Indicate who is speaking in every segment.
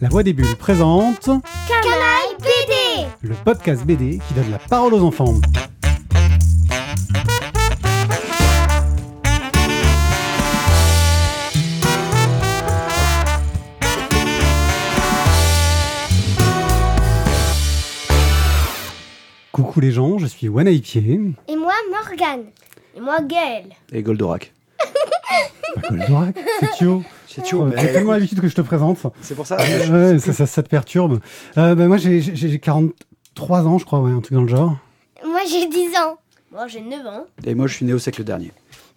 Speaker 1: La Voix des Bulles présente
Speaker 2: Canaille BD
Speaker 1: le podcast BD qui donne la parole aux enfants. Coucou les gens, je suis Wanaipier.
Speaker 2: Et moi, Morgane. Et moi, Gaël.
Speaker 3: Et Goldorak.
Speaker 1: Goldorak, c'est Thio.
Speaker 3: C'est
Speaker 1: Euh, J'ai tellement l'habitude que je te présente.
Speaker 3: C'est pour ça.
Speaker 1: Ouais, ça, ça- ça te perturbe. Euh, bah, moi, j'ai- j'ai j'ai 43 ans, je crois, ouais, un truc dans le genre.
Speaker 2: Moi, j'ai 10 ans. Moi, j'ai 9 ans.
Speaker 3: Et moi, je suis né au siècle dernier.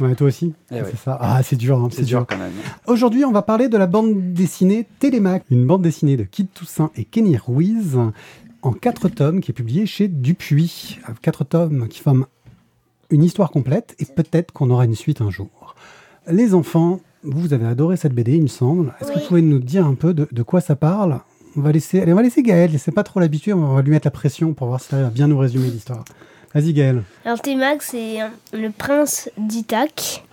Speaker 1: Ouais, toi aussi.
Speaker 3: Eh
Speaker 1: c'est
Speaker 3: ouais.
Speaker 1: ça. Ah, c'est dur, hein,
Speaker 3: C'est dur quand même.
Speaker 1: Aujourd'hui, on va parler de la bande dessinée Télémac, une bande dessinée de Kid Toussaint et Kenny Ruiz en quatre tomes qui est publiée chez Dupuis. Euh, Quatre tomes qui forment une histoire complète et peut-être qu'on aura une suite un jour. Les enfants, vous avez adoré cette BD, il me semble. Est-ce que
Speaker 2: Oui.
Speaker 1: vous pouvez nous dire un peu de, de quoi ça parle on va laisser, allez, on va laisser Gaël, c'est pas trop l'habitude, on va lui mettre la pression pour voir si elle arrive à bien nous résumer l'histoire. Vas-y Gaël.
Speaker 2: Alors, Témac, c'est euh, le prince d'Ithaque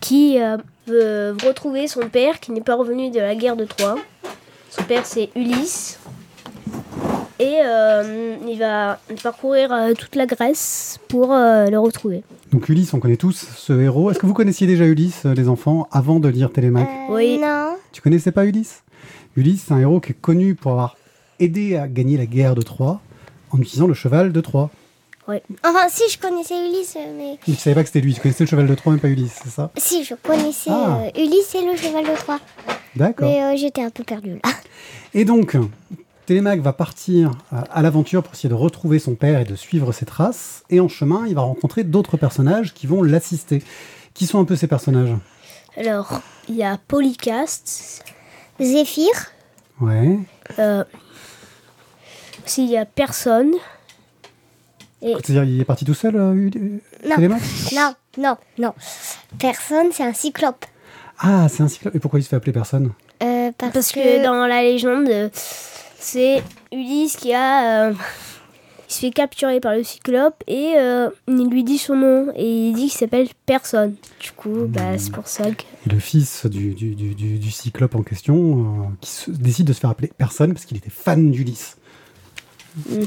Speaker 2: qui euh, veut retrouver son père qui n'est pas revenu de la guerre de Troie. Son père, c'est Ulysse. Et euh, il va parcourir euh, toute la Grèce pour euh, le retrouver.
Speaker 1: Donc Ulysse, on connaît tous ce héros. Est-ce que vous connaissiez déjà Ulysse, euh, les enfants, avant de lire Télémaque
Speaker 4: Euh.
Speaker 2: oui.
Speaker 1: Tu connaissais pas Ulysse Ulysse, c'est un héros qui est connu pour avoir aidé à gagner la guerre de Troie en utilisant le cheval de Troie.
Speaker 4: Enfin, si, je connaissais Ulysse, mais.
Speaker 1: Tu savais pas que c'était lui, tu connaissais le cheval de Troie, mais pas Ulysse, c'est ça
Speaker 4: Si, je connaissais
Speaker 1: Ah.
Speaker 4: euh, Ulysse et le cheval de Troie.
Speaker 1: D'accord.
Speaker 4: Mais euh, j'étais un peu perdue là.
Speaker 1: Et donc, Télémaque va partir euh, à l'aventure pour essayer de retrouver son père et de suivre ses traces. Et en chemin, il va rencontrer d'autres personnages qui vont l'assister. Qui sont un peu ces personnages
Speaker 2: Alors, il y a Polycaste.
Speaker 4: Zéphyr,
Speaker 1: Ouais.
Speaker 2: Euh, S'il y a personne.
Speaker 1: C'est-à-dire, il est parti tout seul, euh, Uly-
Speaker 4: Non.
Speaker 1: Télémaque
Speaker 4: non, non, non. Personne, c'est un cyclope.
Speaker 1: Ah, c'est un cyclope. Et pourquoi il se fait appeler personne
Speaker 4: Euh, parce,
Speaker 2: Parce que dans la légende, euh, c'est Ulysse qui a. euh, il se fait capturer par le cyclope et euh, il lui dit son nom et il dit qu'il s'appelle Personne. Du coup, bah, c'est pour ça que.
Speaker 1: Et le fils du, du- du- du- du cyclope en question, euh, qui se- décide de se faire appeler personne parce qu'il était fan d'Ulysse.
Speaker 2: Mm.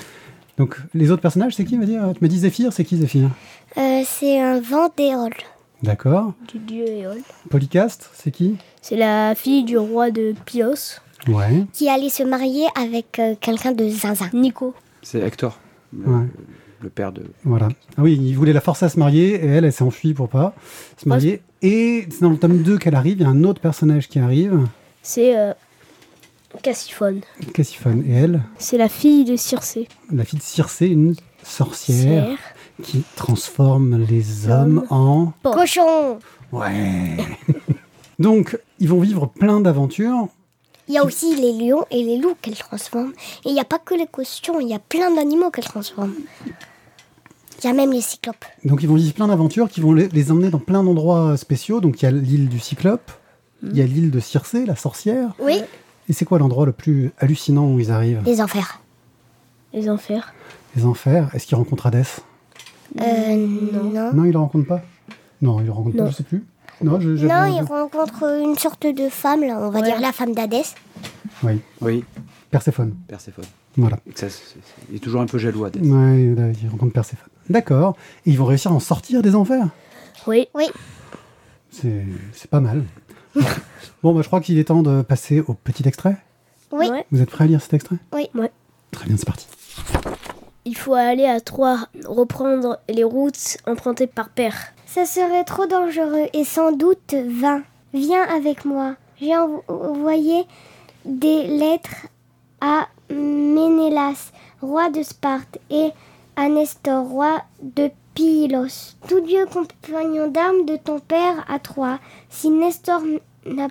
Speaker 1: Donc, les autres personnages, c'est qui, on va dire Tu me dis Zéphyr, c'est qui Zéphyr
Speaker 4: Euh, c'est un vendéol.
Speaker 1: D'accord.
Speaker 2: Du dieu Éole.
Speaker 1: Polycaste, c'est qui
Speaker 2: C'est la fille du roi de Pylos,
Speaker 1: Ouais.
Speaker 4: qui allait se marier avec euh, quelqu'un de zinzin.
Speaker 2: Nico.
Speaker 3: C'est Hector, le,
Speaker 1: Ouais.
Speaker 3: le père de.
Speaker 1: Voilà. Ah oui, il voulait la forcer à se marier et elle, elle s'est enfuie pour pas se marier. Et c'est dans le tome 2 qu'elle arrive, il y a un autre personnage qui arrive,
Speaker 2: C'est euh, Cassiphone.
Speaker 1: Cassiphone. Et elle,
Speaker 2: C'est la fille de Circé.
Speaker 1: la fille de Circé, une sorcière
Speaker 2: Circe.
Speaker 1: qui transforme les hommes en.
Speaker 2: Bon.
Speaker 4: Cochon
Speaker 1: Ouais. Donc, ils vont vivre plein d'aventures.
Speaker 4: Il y a aussi les lions et les loups qu'elle transforme. Et il n'y a pas que les cochons, il y a plein d'animaux qu'elle transforme. Il y a même les cyclopes.
Speaker 1: Donc, ils vont vivre plein d'aventures qui vont les, les emmener dans plein d'endroits spéciaux. Donc, il y a l'île du Cyclope, il y a l'île de Circé, la sorcière.
Speaker 4: Oui.
Speaker 1: Et c'est quoi l'endroit le plus hallucinant où ils arrivent
Speaker 4: Euh, Les enfers.
Speaker 2: Les enfers.
Speaker 1: Les enfers. Est-ce qu'ils rencontrent Hadès
Speaker 4: Euh, non.
Speaker 1: Non, ils le rencontrent pas Non, ils le rencontrent pas,
Speaker 2: Non.
Speaker 1: je sais plus. Non, je, j'avais
Speaker 4: Non,
Speaker 1: un
Speaker 4: il
Speaker 1: doute.
Speaker 4: rencontre une sorte de femme, là, on va
Speaker 2: Ouais.
Speaker 4: dire la femme d'Hadès.
Speaker 1: Oui,
Speaker 3: Oui,
Speaker 1: Perséphone.
Speaker 3: Perséphone.
Speaker 1: Voilà.
Speaker 3: Et que ça, c'est- c'est- il est toujours un peu jaloux à Death.
Speaker 1: Ouais, là, ils rencontrent Perséphone. D'accord. Et ils vont réussir à en sortir des enfers
Speaker 2: Oui.
Speaker 4: Oui,
Speaker 1: C'est c'est pas mal. bon, bah, je crois qu'il est temps de passer au petit extrait.
Speaker 4: oui.
Speaker 2: Ouais.
Speaker 1: Vous êtes prêts à lire cet extrait
Speaker 4: Oui.
Speaker 2: Ouais.
Speaker 1: Très bien, c'est parti.
Speaker 2: Il faut aller à Troyes, reprendre les routes empruntées par Père.
Speaker 4: Ça serait trop dangereux et sans doute vain. Viens avec moi. J'ai envo- envoyé des lettres à Ménélas, roi de Sparte, et à Nestor, roi de Pylos, tous deux compagnons d'armes de ton père à Troie. Si Nestor n'a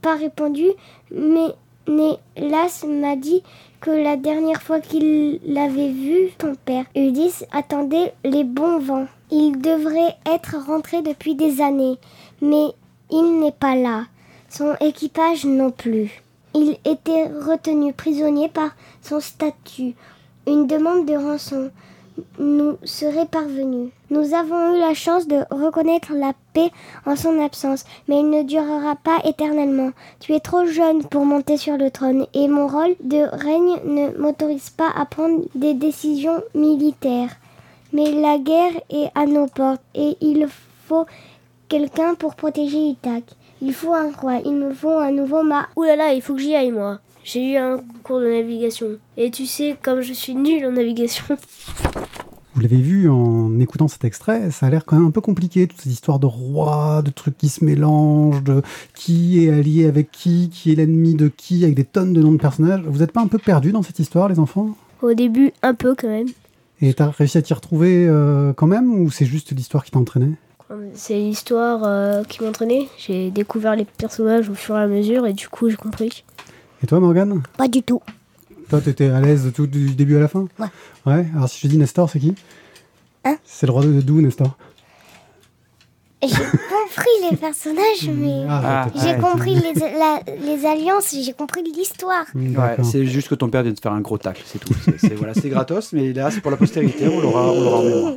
Speaker 4: pas répondu, Ménélas m'a dit que la dernière fois qu'il l'avait vu, ton père, Ulysse, attendait les bons vents. Il devrait être rentré depuis des années, mais il n'est pas là. Son équipage non plus. Il était retenu prisonnier par son statut. Une demande de rançon nous serait parvenu. Nous avons eu la chance de reconnaître la paix en son absence, mais il ne durera pas éternellement. Tu es trop jeune pour monter sur le trône, et mon rôle de règne ne m'autorise pas à prendre des décisions militaires. Mais la guerre est à nos portes, et il faut quelqu'un pour protéger Ithac. Il faut un roi, il me faut un nouveau mât.
Speaker 2: Ouh là là, il faut que j'y aille moi. J'ai eu un cours de navigation. Et tu sais, comme je suis nulle en navigation.
Speaker 1: Vous l'avez vu en écoutant cet extrait, ça a l'air quand même un peu compliqué, toutes ces histoires de rois, de trucs qui se mélangent, de qui est allié avec qui, qui est l'ennemi de qui, avec des tonnes de noms de personnages. Vous n'êtes pas un peu perdu dans cette histoire, les enfants
Speaker 2: Au début, un peu quand même.
Speaker 1: Et t'as réussi à t'y retrouver euh, quand même, ou c'est juste l'histoire qui t'a entraîné
Speaker 2: C'est l'histoire euh, qui m'entraînait. J'ai découvert les personnages au fur et à mesure et du coup, j'ai compris.
Speaker 1: Et toi, Morgane
Speaker 4: Pas du tout.
Speaker 1: Toi, t'étais à l'aise de tout du début à la fin
Speaker 4: Ouais.
Speaker 1: Ouais, alors si je dis Nestor, c'est qui
Speaker 4: Hein
Speaker 1: C'est le roi de Dou, Nestor.
Speaker 4: J'ai compris les personnages, mais
Speaker 1: Ah,
Speaker 3: Ah.
Speaker 1: t'étais-
Speaker 4: j'ai
Speaker 3: ouais.
Speaker 4: compris les, la- les alliances, j'ai compris l'histoire.
Speaker 1: Mm,
Speaker 3: Ouais,
Speaker 1: d'accord.
Speaker 3: c'est juste que ton père vient de te faire un gros tacle, c'est tout. C'est c'est- voilà, c'est gratos, mais là, c'est pour la postérité, on l'aura on l'aura en mémoire.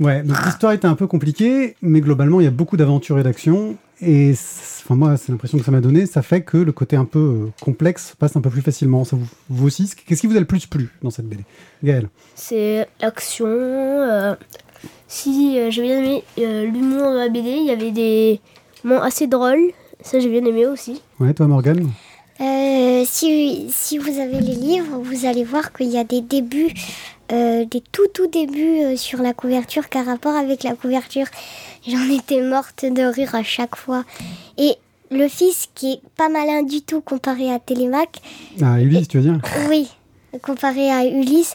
Speaker 1: Ouais, donc l'histoire était un peu compliquée, mais globalement, il y a beaucoup d'aventures et d'actions. Et c'est- enfin, moi, c'est l'impression que ça m'a donné. Ça fait que le côté un peu euh, complexe passe un peu plus facilement. Ça vous, vous aussi, c'est- qu'est-ce qui vous a le plus plu dans cette BD Gaël
Speaker 2: C'est l'action. euh, si euh, j'ai bien aimé euh, l'humour de la BD, il y avait des moments assez drôles. Ça, j'ai bien aimé aussi.
Speaker 1: Ouais, toi, Morgane
Speaker 4: Euh, si, si vous avez les livres, vous allez voir qu'il y a des débuts, euh, des tout tout débuts euh, sur la couverture, car rapport avec la couverture, j'en étais morte de rire à chaque fois. Et le fils, qui est pas malin du tout comparé à Télémaque,
Speaker 1: Ah, Ulysse, tu veux dire
Speaker 4: oui, comparé à Ulysse,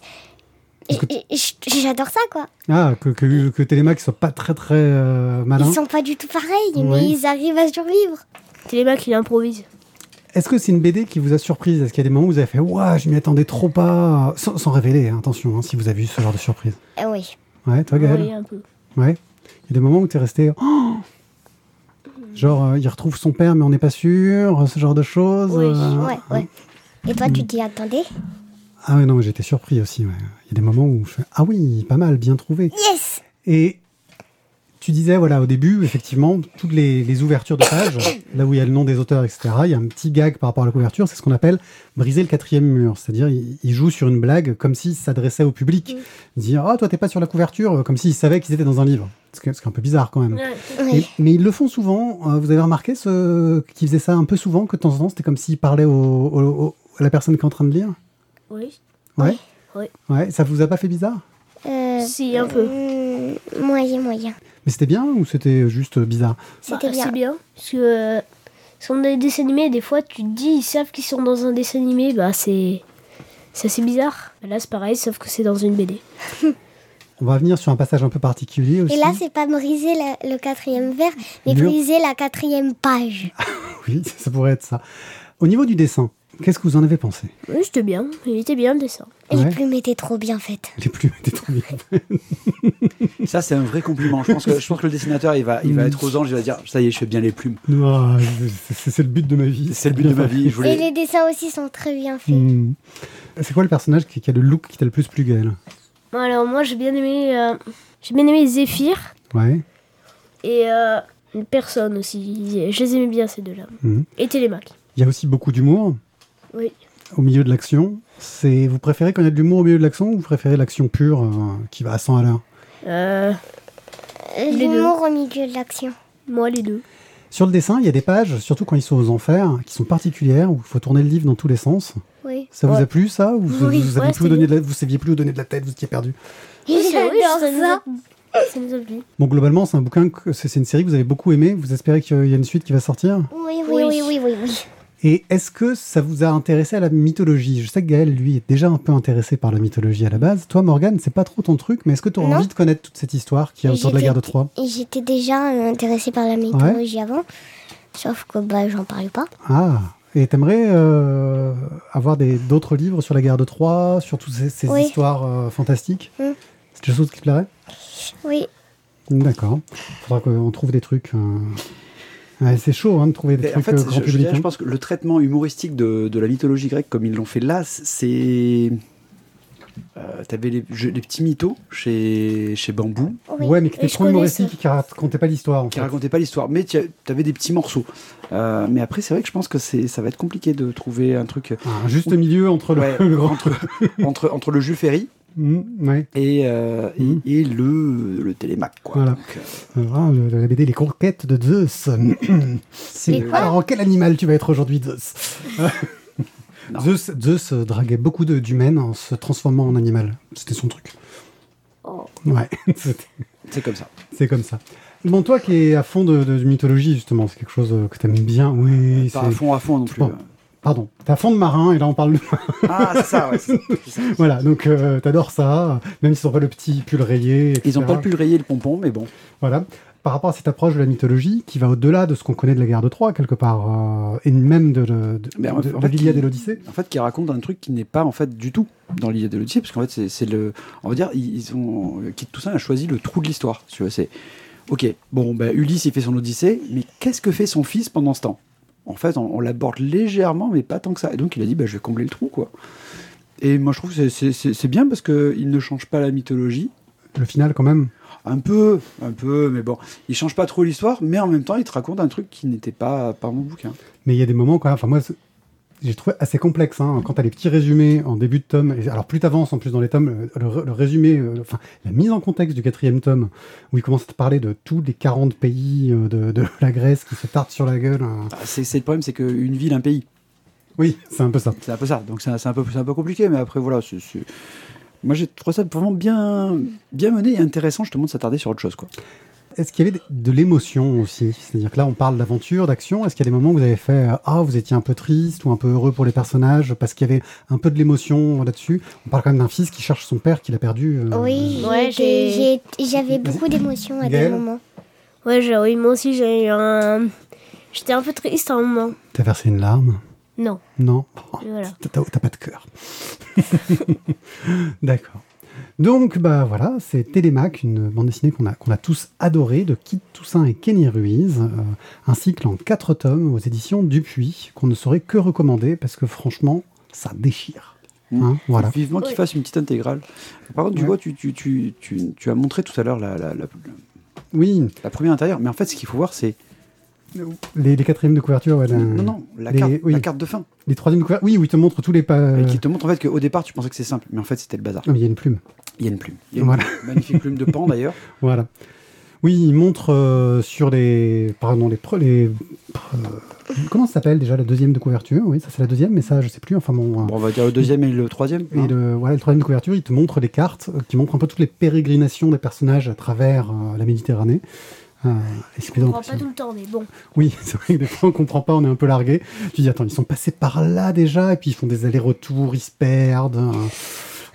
Speaker 4: et-
Speaker 1: Parce que
Speaker 4: et- et j'adore ça quoi.
Speaker 1: Ah, que, que, que Télémaque soit pas très très euh, malin.
Speaker 4: Ils sont pas du tout pareils,
Speaker 1: Ouais.
Speaker 4: mais ils arrivent à survivre.
Speaker 2: Télémaque, il improvise.
Speaker 1: Est-ce que c'est une BD qui vous a surprise Est-ce qu'il y a des moments où vous avez fait Ouah, je m'y attendais trop pas Sans, sans révéler, hein, attention, hein, si vous avez eu ce genre de surprise.
Speaker 4: Eh oui.
Speaker 1: Ouais, toi, Gaël
Speaker 2: Oui, un peu.
Speaker 1: Ouais. Il y a des moments où tu es resté. Oh Genre, euh, il retrouve son père, mais on n'est pas sûr, ce genre de choses.
Speaker 2: Oui,
Speaker 1: euh,
Speaker 4: Ouais, ouais. Et toi,
Speaker 1: Mm.
Speaker 4: tu dis, attendez.
Speaker 1: Ah ouais, non, mais j'étais surpris aussi. ouais. Il y a des moments où je fais Ah oui, pas mal, bien trouvé.
Speaker 4: Yes
Speaker 1: Et tu disais, voilà, au début, effectivement, toutes les, les ouvertures de pages, là où il y a le nom des auteurs, etc., il y a un petit gag par rapport à la couverture, c'est ce qu'on appelle briser le quatrième mur. C'est-à-dire, il, il joue sur une blague comme s'il s'adressait au public. Dire Ah, toi, t'es pas sur la couverture, comme s'il savait qu'ils étaient dans un livre. Ce qui est ce qui est un peu bizarre quand même.
Speaker 4: Oui.
Speaker 1: Et- mais ils le font souvent. euh, vous avez remarqué ce... qu'ils faisaient ça un peu souvent, que de temps en temps, c'était comme s'ils parlaient au, au- au- à la personne qui est en train de lire
Speaker 2: Oui.
Speaker 1: Ouais.
Speaker 2: Oui.
Speaker 1: Ouais, ça vous a pas fait bizarre
Speaker 4: Euh,
Speaker 2: Si, un peu.
Speaker 4: hmm, moyen, moyen.
Speaker 1: Mais c'était bien ou c'était juste bizarre
Speaker 4: C'était
Speaker 2: Bah,
Speaker 4: bien.
Speaker 2: C'est bien. Parce que euh, sur des dessins animés, des fois, tu te dis, ils savent qu'ils sont dans un dessin animé, bah c'est. C'est assez bizarre. Bah, Là, c'est pareil, sauf que c'est dans une BD.
Speaker 1: On va venir sur un passage un peu particulier aussi.
Speaker 4: Et là, c'est pas briser la- le quatrième verre, mais
Speaker 1: Mur.
Speaker 4: briser la quatrième page.
Speaker 1: Ah, Oui, ça pourrait être ça. Au niveau du dessin, qu'est-ce que vous en avez pensé
Speaker 2: Oui, c'était bien. Il était bien le dessin.
Speaker 1: Ouais.
Speaker 4: Les plumes étaient trop bien faites.
Speaker 1: Les plumes étaient trop bien.
Speaker 3: Ça, c'est un vrai compliment. Je pense que, je pense que le dessinateur, il va, il va être aux anges, il va dire Ça y est, je fais bien les plumes.
Speaker 1: Ouah, c'est- c'est c'est le but de ma vie.
Speaker 3: C'est le but de ma vie. Je
Speaker 4: Et
Speaker 3: voulais.
Speaker 4: les dessins aussi sont très bien faits.
Speaker 1: Hmm. C'est quoi le personnage qui, qui a le look qui t'a le plus plu, Gaël
Speaker 2: Bon, alors, moi, j'ai bien aimé. euh, j'ai bien aimé Zéphyr
Speaker 1: Ouais.
Speaker 2: et euh, une personne aussi. Je les aimais bien, ces deux-là.
Speaker 1: Mhm.
Speaker 2: Et Télémaque.
Speaker 1: Il y a aussi beaucoup d'humour.
Speaker 2: Oui.
Speaker 1: au milieu de l'action. C'est vous préférez quand il y a de l'humour au milieu de l'action ou vous préférez l'action pure euh, qui va à 100 à l'heure
Speaker 2: Euh,
Speaker 4: Euh,
Speaker 2: Les deux.
Speaker 4: L'humour au milieu de l'action.
Speaker 2: moi, les deux.
Speaker 1: Sur le dessin, il y a des pages, surtout quand ils sont aux enfers, qui sont particulières où il faut tourner le livre dans tous les sens.
Speaker 4: Oui.
Speaker 1: Ça vous
Speaker 2: Ouais.
Speaker 1: a plu ça ou vous,
Speaker 2: Oui,
Speaker 1: vous saviez
Speaker 2: ouais,
Speaker 1: plus où
Speaker 2: c'était
Speaker 1: donner de la- vous saviez plus où donner de la tête, vous étiez perdu.
Speaker 2: c'est- oui,
Speaker 4: J'adore
Speaker 2: nous
Speaker 4: ça.
Speaker 2: a- ça nous a plu.
Speaker 1: Bon globalement, c'est un bouquin que c'est c'est une série que vous avez beaucoup aimé, vous espérez qu'il y a une suite qui va sortir
Speaker 4: Oui, oui,
Speaker 2: Oui.
Speaker 4: oui, oui, oui, oui.
Speaker 1: Et est-ce que ça vous a intéressé à la mythologie Je sais que Gaël, lui, est déjà un peu intéressé par la mythologie à la base. Toi, Morgane, c'est pas trop ton truc, mais est-ce que tu aurais
Speaker 4: Non.
Speaker 1: envie de connaître toute cette histoire qui est autour de la
Speaker 4: J'étais-
Speaker 1: guerre de Troie
Speaker 4: Et j'étais déjà intéressée par la mythologie avant, sauf que bah, j'en parlais pas.
Speaker 1: Ah, et t'aimerais euh, avoir des- d'autres livres sur la guerre de Troie, sur toutes ces, ces
Speaker 4: Oui.
Speaker 1: histoires euh, fantastiques
Speaker 4: Mm.
Speaker 1: C'est quelque chose qui te plairait
Speaker 4: Oui.
Speaker 1: D'accord. Faudra qu'on trouve des trucs. euh. Ouais, c'est chaud hein, de trouver des
Speaker 3: Mais En
Speaker 1: trucs
Speaker 3: fait,
Speaker 1: euh,
Speaker 3: je,
Speaker 1: grand
Speaker 3: je
Speaker 1: public.
Speaker 3: dirais, je
Speaker 1: hein.
Speaker 3: pense que le traitement humoristique de, de la mythologie grecque, comme ils l'ont fait là, c'est. euh, t'avais les, je- les petits mythos chez, chez Bambou
Speaker 4: Oui,
Speaker 1: ouais, mais qui était
Speaker 4: je
Speaker 1: trop
Speaker 4: connaissais.
Speaker 1: humoristique, qui racontait pas l'histoire. En
Speaker 3: qui
Speaker 1: fait.
Speaker 3: racontait pas l'histoire, mais tu avais des petits morceaux. Euh, mais après, c'est vrai que je pense que c'est, ça va être compliqué de trouver un truc
Speaker 1: Un juste milieu entre le, le
Speaker 3: Ouais,
Speaker 1: grand.
Speaker 3: entre, entre, entre le Jules Ferry
Speaker 1: Mm, ouais.
Speaker 3: et, euh, et-
Speaker 1: Mhm.
Speaker 3: et, le, le Télémac. Quoi.
Speaker 1: Voilà.
Speaker 3: Donc, euh,
Speaker 1: Alors, hein, le- la BD Les Conquêtes de Zeus.
Speaker 3: c'est,
Speaker 4: quoi
Speaker 1: Alors, en quel animal tu vas être aujourd'hui, Zeus
Speaker 3: Non.
Speaker 1: Zeus, Zeus euh, draguait beaucoup de- d'humaines en se transformant en animal. C'était son truc.
Speaker 4: Oh.
Speaker 1: Ouais, c'était-
Speaker 3: c'est comme ça.
Speaker 1: c'est comme ça. Bon, toi qui es à fond de, de mythologie, justement, c'est quelque chose euh, que t'aimes bien. Oui,
Speaker 3: Pas à
Speaker 1: c'est...
Speaker 3: fond, à fond non plus. euh.
Speaker 1: Bon. Pardon, t'es à fond de marin, et là on parle de...
Speaker 3: Ah, c'est ça, ouais, c'est ça, c'est ça.
Speaker 1: voilà, donc euh, t'adores ça, même s'ils n'ont pas le petit pull rayé, etc.
Speaker 3: Ils n'ont pas pu le rayer le pompon, mais bon.
Speaker 1: Voilà. Par rapport à cette approche de la mythologie, qui va au-delà de ce qu'on connaît de la guerre de Troie, quelque part, euh, et même de, de, de,
Speaker 3: Mais
Speaker 1: de-
Speaker 3: en fait, en
Speaker 1: de
Speaker 3: fait,
Speaker 1: l'Iliade
Speaker 3: qui-
Speaker 1: et l'Odyssée.
Speaker 3: En fait, qui raconte un truc qui n'est pas en fait du tout dans l'idée de l'Odyssée, parce qu'en fait, c'est- c'est le, on va dire, ils ils ont, quitte tout ça, a choisi le trou de l'histoire. Tu vois, c'est, ok, bon, ben, Ulysse il fait son Odyssée, mais qu'est-ce que fait son fils pendant ce temps En fait, on, on l'aborde légèrement, mais pas tant que ça. Et donc, il a dit, ben, je vais combler le trou, quoi. Et moi, je trouve que c'est- c'est- c'est c'est bien parce que il ne change pas la mythologie.
Speaker 1: Le final, quand même.
Speaker 3: Un peu, un peu, mais bon, il change pas trop l'histoire, mais en même temps, il te raconte un truc qui n'était pas par mon bouquin.
Speaker 1: Mais il y a des moments, quand même, enfin moi, c'est- j'ai trouvé assez complexe. Hein, quand t'as les petits résumés en début de tome, et alors plus t'avances en plus dans les tomes, le, le- le résumé, euh, enfin la mise en contexte du quatrième tome, où il commence à te parler de tous les 40 pays euh, de, de la Grèce qui se tartent sur la gueule. hein.
Speaker 3: Ah, C'est c'est le problème, c'est qu'une ville, un pays.
Speaker 1: Oui, c'est un peu ça.
Speaker 3: C'est un peu ça. Donc c'est un, c'est un peu, c'est un peu compliqué, mais après voilà. c'est- c'est- Moi j'ai trouvé ça vraiment bien, bien mené et intéressant justement de s'attarder sur autre chose quoi.
Speaker 1: Est-ce qu'il y avait de- de l'émotion aussi C'est-à-dire que là, on parle d'aventure, d'action. Est-ce qu'il y a des moments où vous avez fait euh, Ah, vous étiez un peu triste ou un peu heureux pour les personnages parce qu'il y avait un peu de l'émotion là-dessus On parle quand même d'un fils qui cherche son père qu'il a perdu. euh,
Speaker 4: Oui,
Speaker 2: Ouais,
Speaker 4: j'ai-
Speaker 2: j'ai-
Speaker 4: j'ai- j'avais beaucoup d'émotions à
Speaker 1: Gaëlle
Speaker 4: des moments.
Speaker 2: Ouais, j'ai- oui, moi aussi, j'ai eu un. J'étais un peu triste à un moment.
Speaker 1: T'as versé une larme
Speaker 2: Non,
Speaker 1: Non Oh,
Speaker 2: voilà.
Speaker 1: t'as- T'as t'as pas de cœur. D'accord. Donc, bah voilà, c'est Télémac, une bande dessinée qu'on a, qu'on a tous adorée, de Kit Toussaint et Kenny Ruiz. euh, un cycle en quatre tomes aux éditions Dupuis, qu'on ne saurait que recommander parce que franchement, ça déchire.
Speaker 3: Mm.
Speaker 1: Hein, voilà.
Speaker 3: Vivement qu'il
Speaker 2: Oui.
Speaker 3: fasse une petite intégrale. Par contre, tu
Speaker 1: Ouais.
Speaker 3: vois, tu, tu, tu, tu, tu as montré tout à l'heure la, la, la,
Speaker 1: Oui,
Speaker 3: la première intérieure, mais en fait ce qu'il faut voir c'est
Speaker 1: les, les quatrièmes de couverture, ouais, la-
Speaker 3: non non la
Speaker 1: les-
Speaker 3: carte,
Speaker 1: Euh, oui. Euh.
Speaker 3: la carte de fin
Speaker 1: les troisièmes de couverture. Oui, où ils te montrent tous les pas.
Speaker 3: et qui te montre en fait qu'au départ tu pensais que c'est simple, mais en fait c'était le bazar.
Speaker 1: Non, mais il y a une plume.
Speaker 3: Il y a une plume, Il y a une
Speaker 1: Voilà.
Speaker 3: plume. magnifique plume de pan d'ailleurs.
Speaker 1: Voilà. Oui, ils montrent euh, sur les. Pardon, les. pre- les euh, comment ça s'appelle déjà la deuxième de couverture Oui, ça c'est la deuxième, mais ça je sais plus. Enfin bon. euh,
Speaker 3: Bon on va dire le deuxième et le troisième.
Speaker 1: Et
Speaker 3: hein.
Speaker 1: le, voilà, le troisième de couverture, il te montre les cartes euh, qui montrent un peu toutes les pérégrinations des personnages à travers euh, la Méditerranée. Euh, et c'est
Speaker 2: On
Speaker 1: bien
Speaker 2: prend pas
Speaker 1: impressionnant.
Speaker 2: tout le temps, mais bon.
Speaker 1: Oui, c'est vrai que des fois on comprend pas, on est un peu largué. Tu dis attends, ils sont passés par là déjà, et puis ils font des allers-retours, ils se perdent. euh,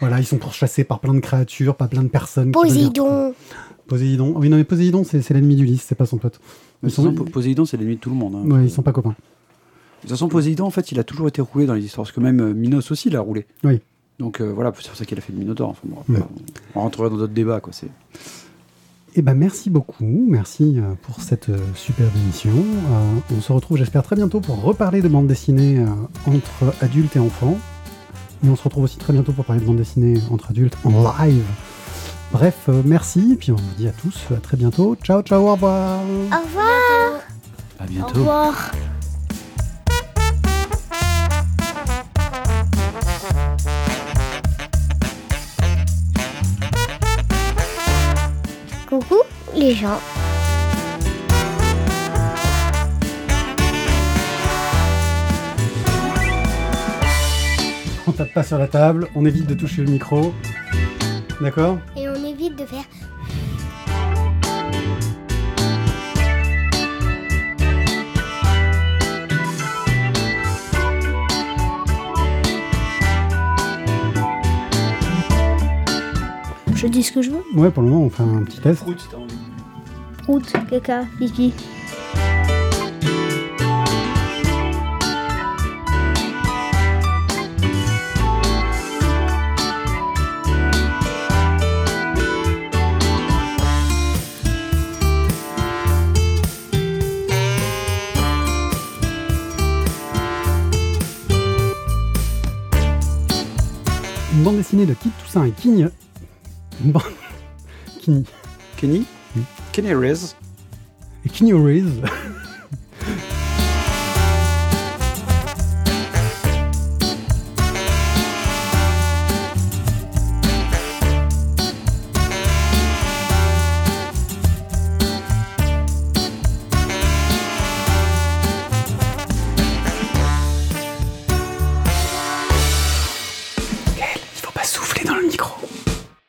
Speaker 1: voilà, ils sont pourchassés par plein de créatures, par plein de personnes. qui veulent les retrouver.
Speaker 4: Poséidon,
Speaker 1: Poséidon. Oui, non mais Poséidon, c'est c'est l'ennemi d'Ulysse, c'est pas son pote.
Speaker 3: De
Speaker 1: Ils
Speaker 3: toute façon,
Speaker 1: sont,
Speaker 3: Po- Poséidon c'est l'ennemi de tout le monde. hein.
Speaker 1: ouais, ils sont pas copains.
Speaker 3: De toute façon, Poséidon, en fait, il a toujours été roulé dans les histoires, parce que même euh, Minos aussi l'a roulé.
Speaker 1: Oui.
Speaker 3: Donc euh, voilà, c'est pour ça qu'il a fait le Minotaure. Enfin, bon, après,
Speaker 1: Ouais.
Speaker 3: on, on rentrera dans d'autres débats. Quoi. c'est-
Speaker 1: Eh ben merci beaucoup, merci euh, pour cette euh, superbe émission. Euh, on se retrouve j'espère très bientôt pour reparler de bande dessinée euh, entre adultes et enfants. Et on se retrouve aussi très bientôt pour parler de bande dessinée entre adultes en live. Bref, euh, merci, et puis on vous dit à tous à très bientôt. Ciao, ciao, au revoir
Speaker 4: au revoir.
Speaker 3: À
Speaker 2: Au
Speaker 3: bientôt.
Speaker 2: revoir.
Speaker 4: Coucou les gens.
Speaker 1: On tape pas sur la table, on évite de toucher le micro. D'accord
Speaker 4: Et on évite de faire
Speaker 2: Je dis ce que je veux.
Speaker 1: Ouais, pour le moment, on fait un petit test.
Speaker 2: Route, caca, pipi.
Speaker 1: une bande dessinée de Kid Toussaint et King. une bande- King-
Speaker 3: Kenny
Speaker 1: Oui.
Speaker 3: Kenny Reyes.
Speaker 1: Et King Reeves.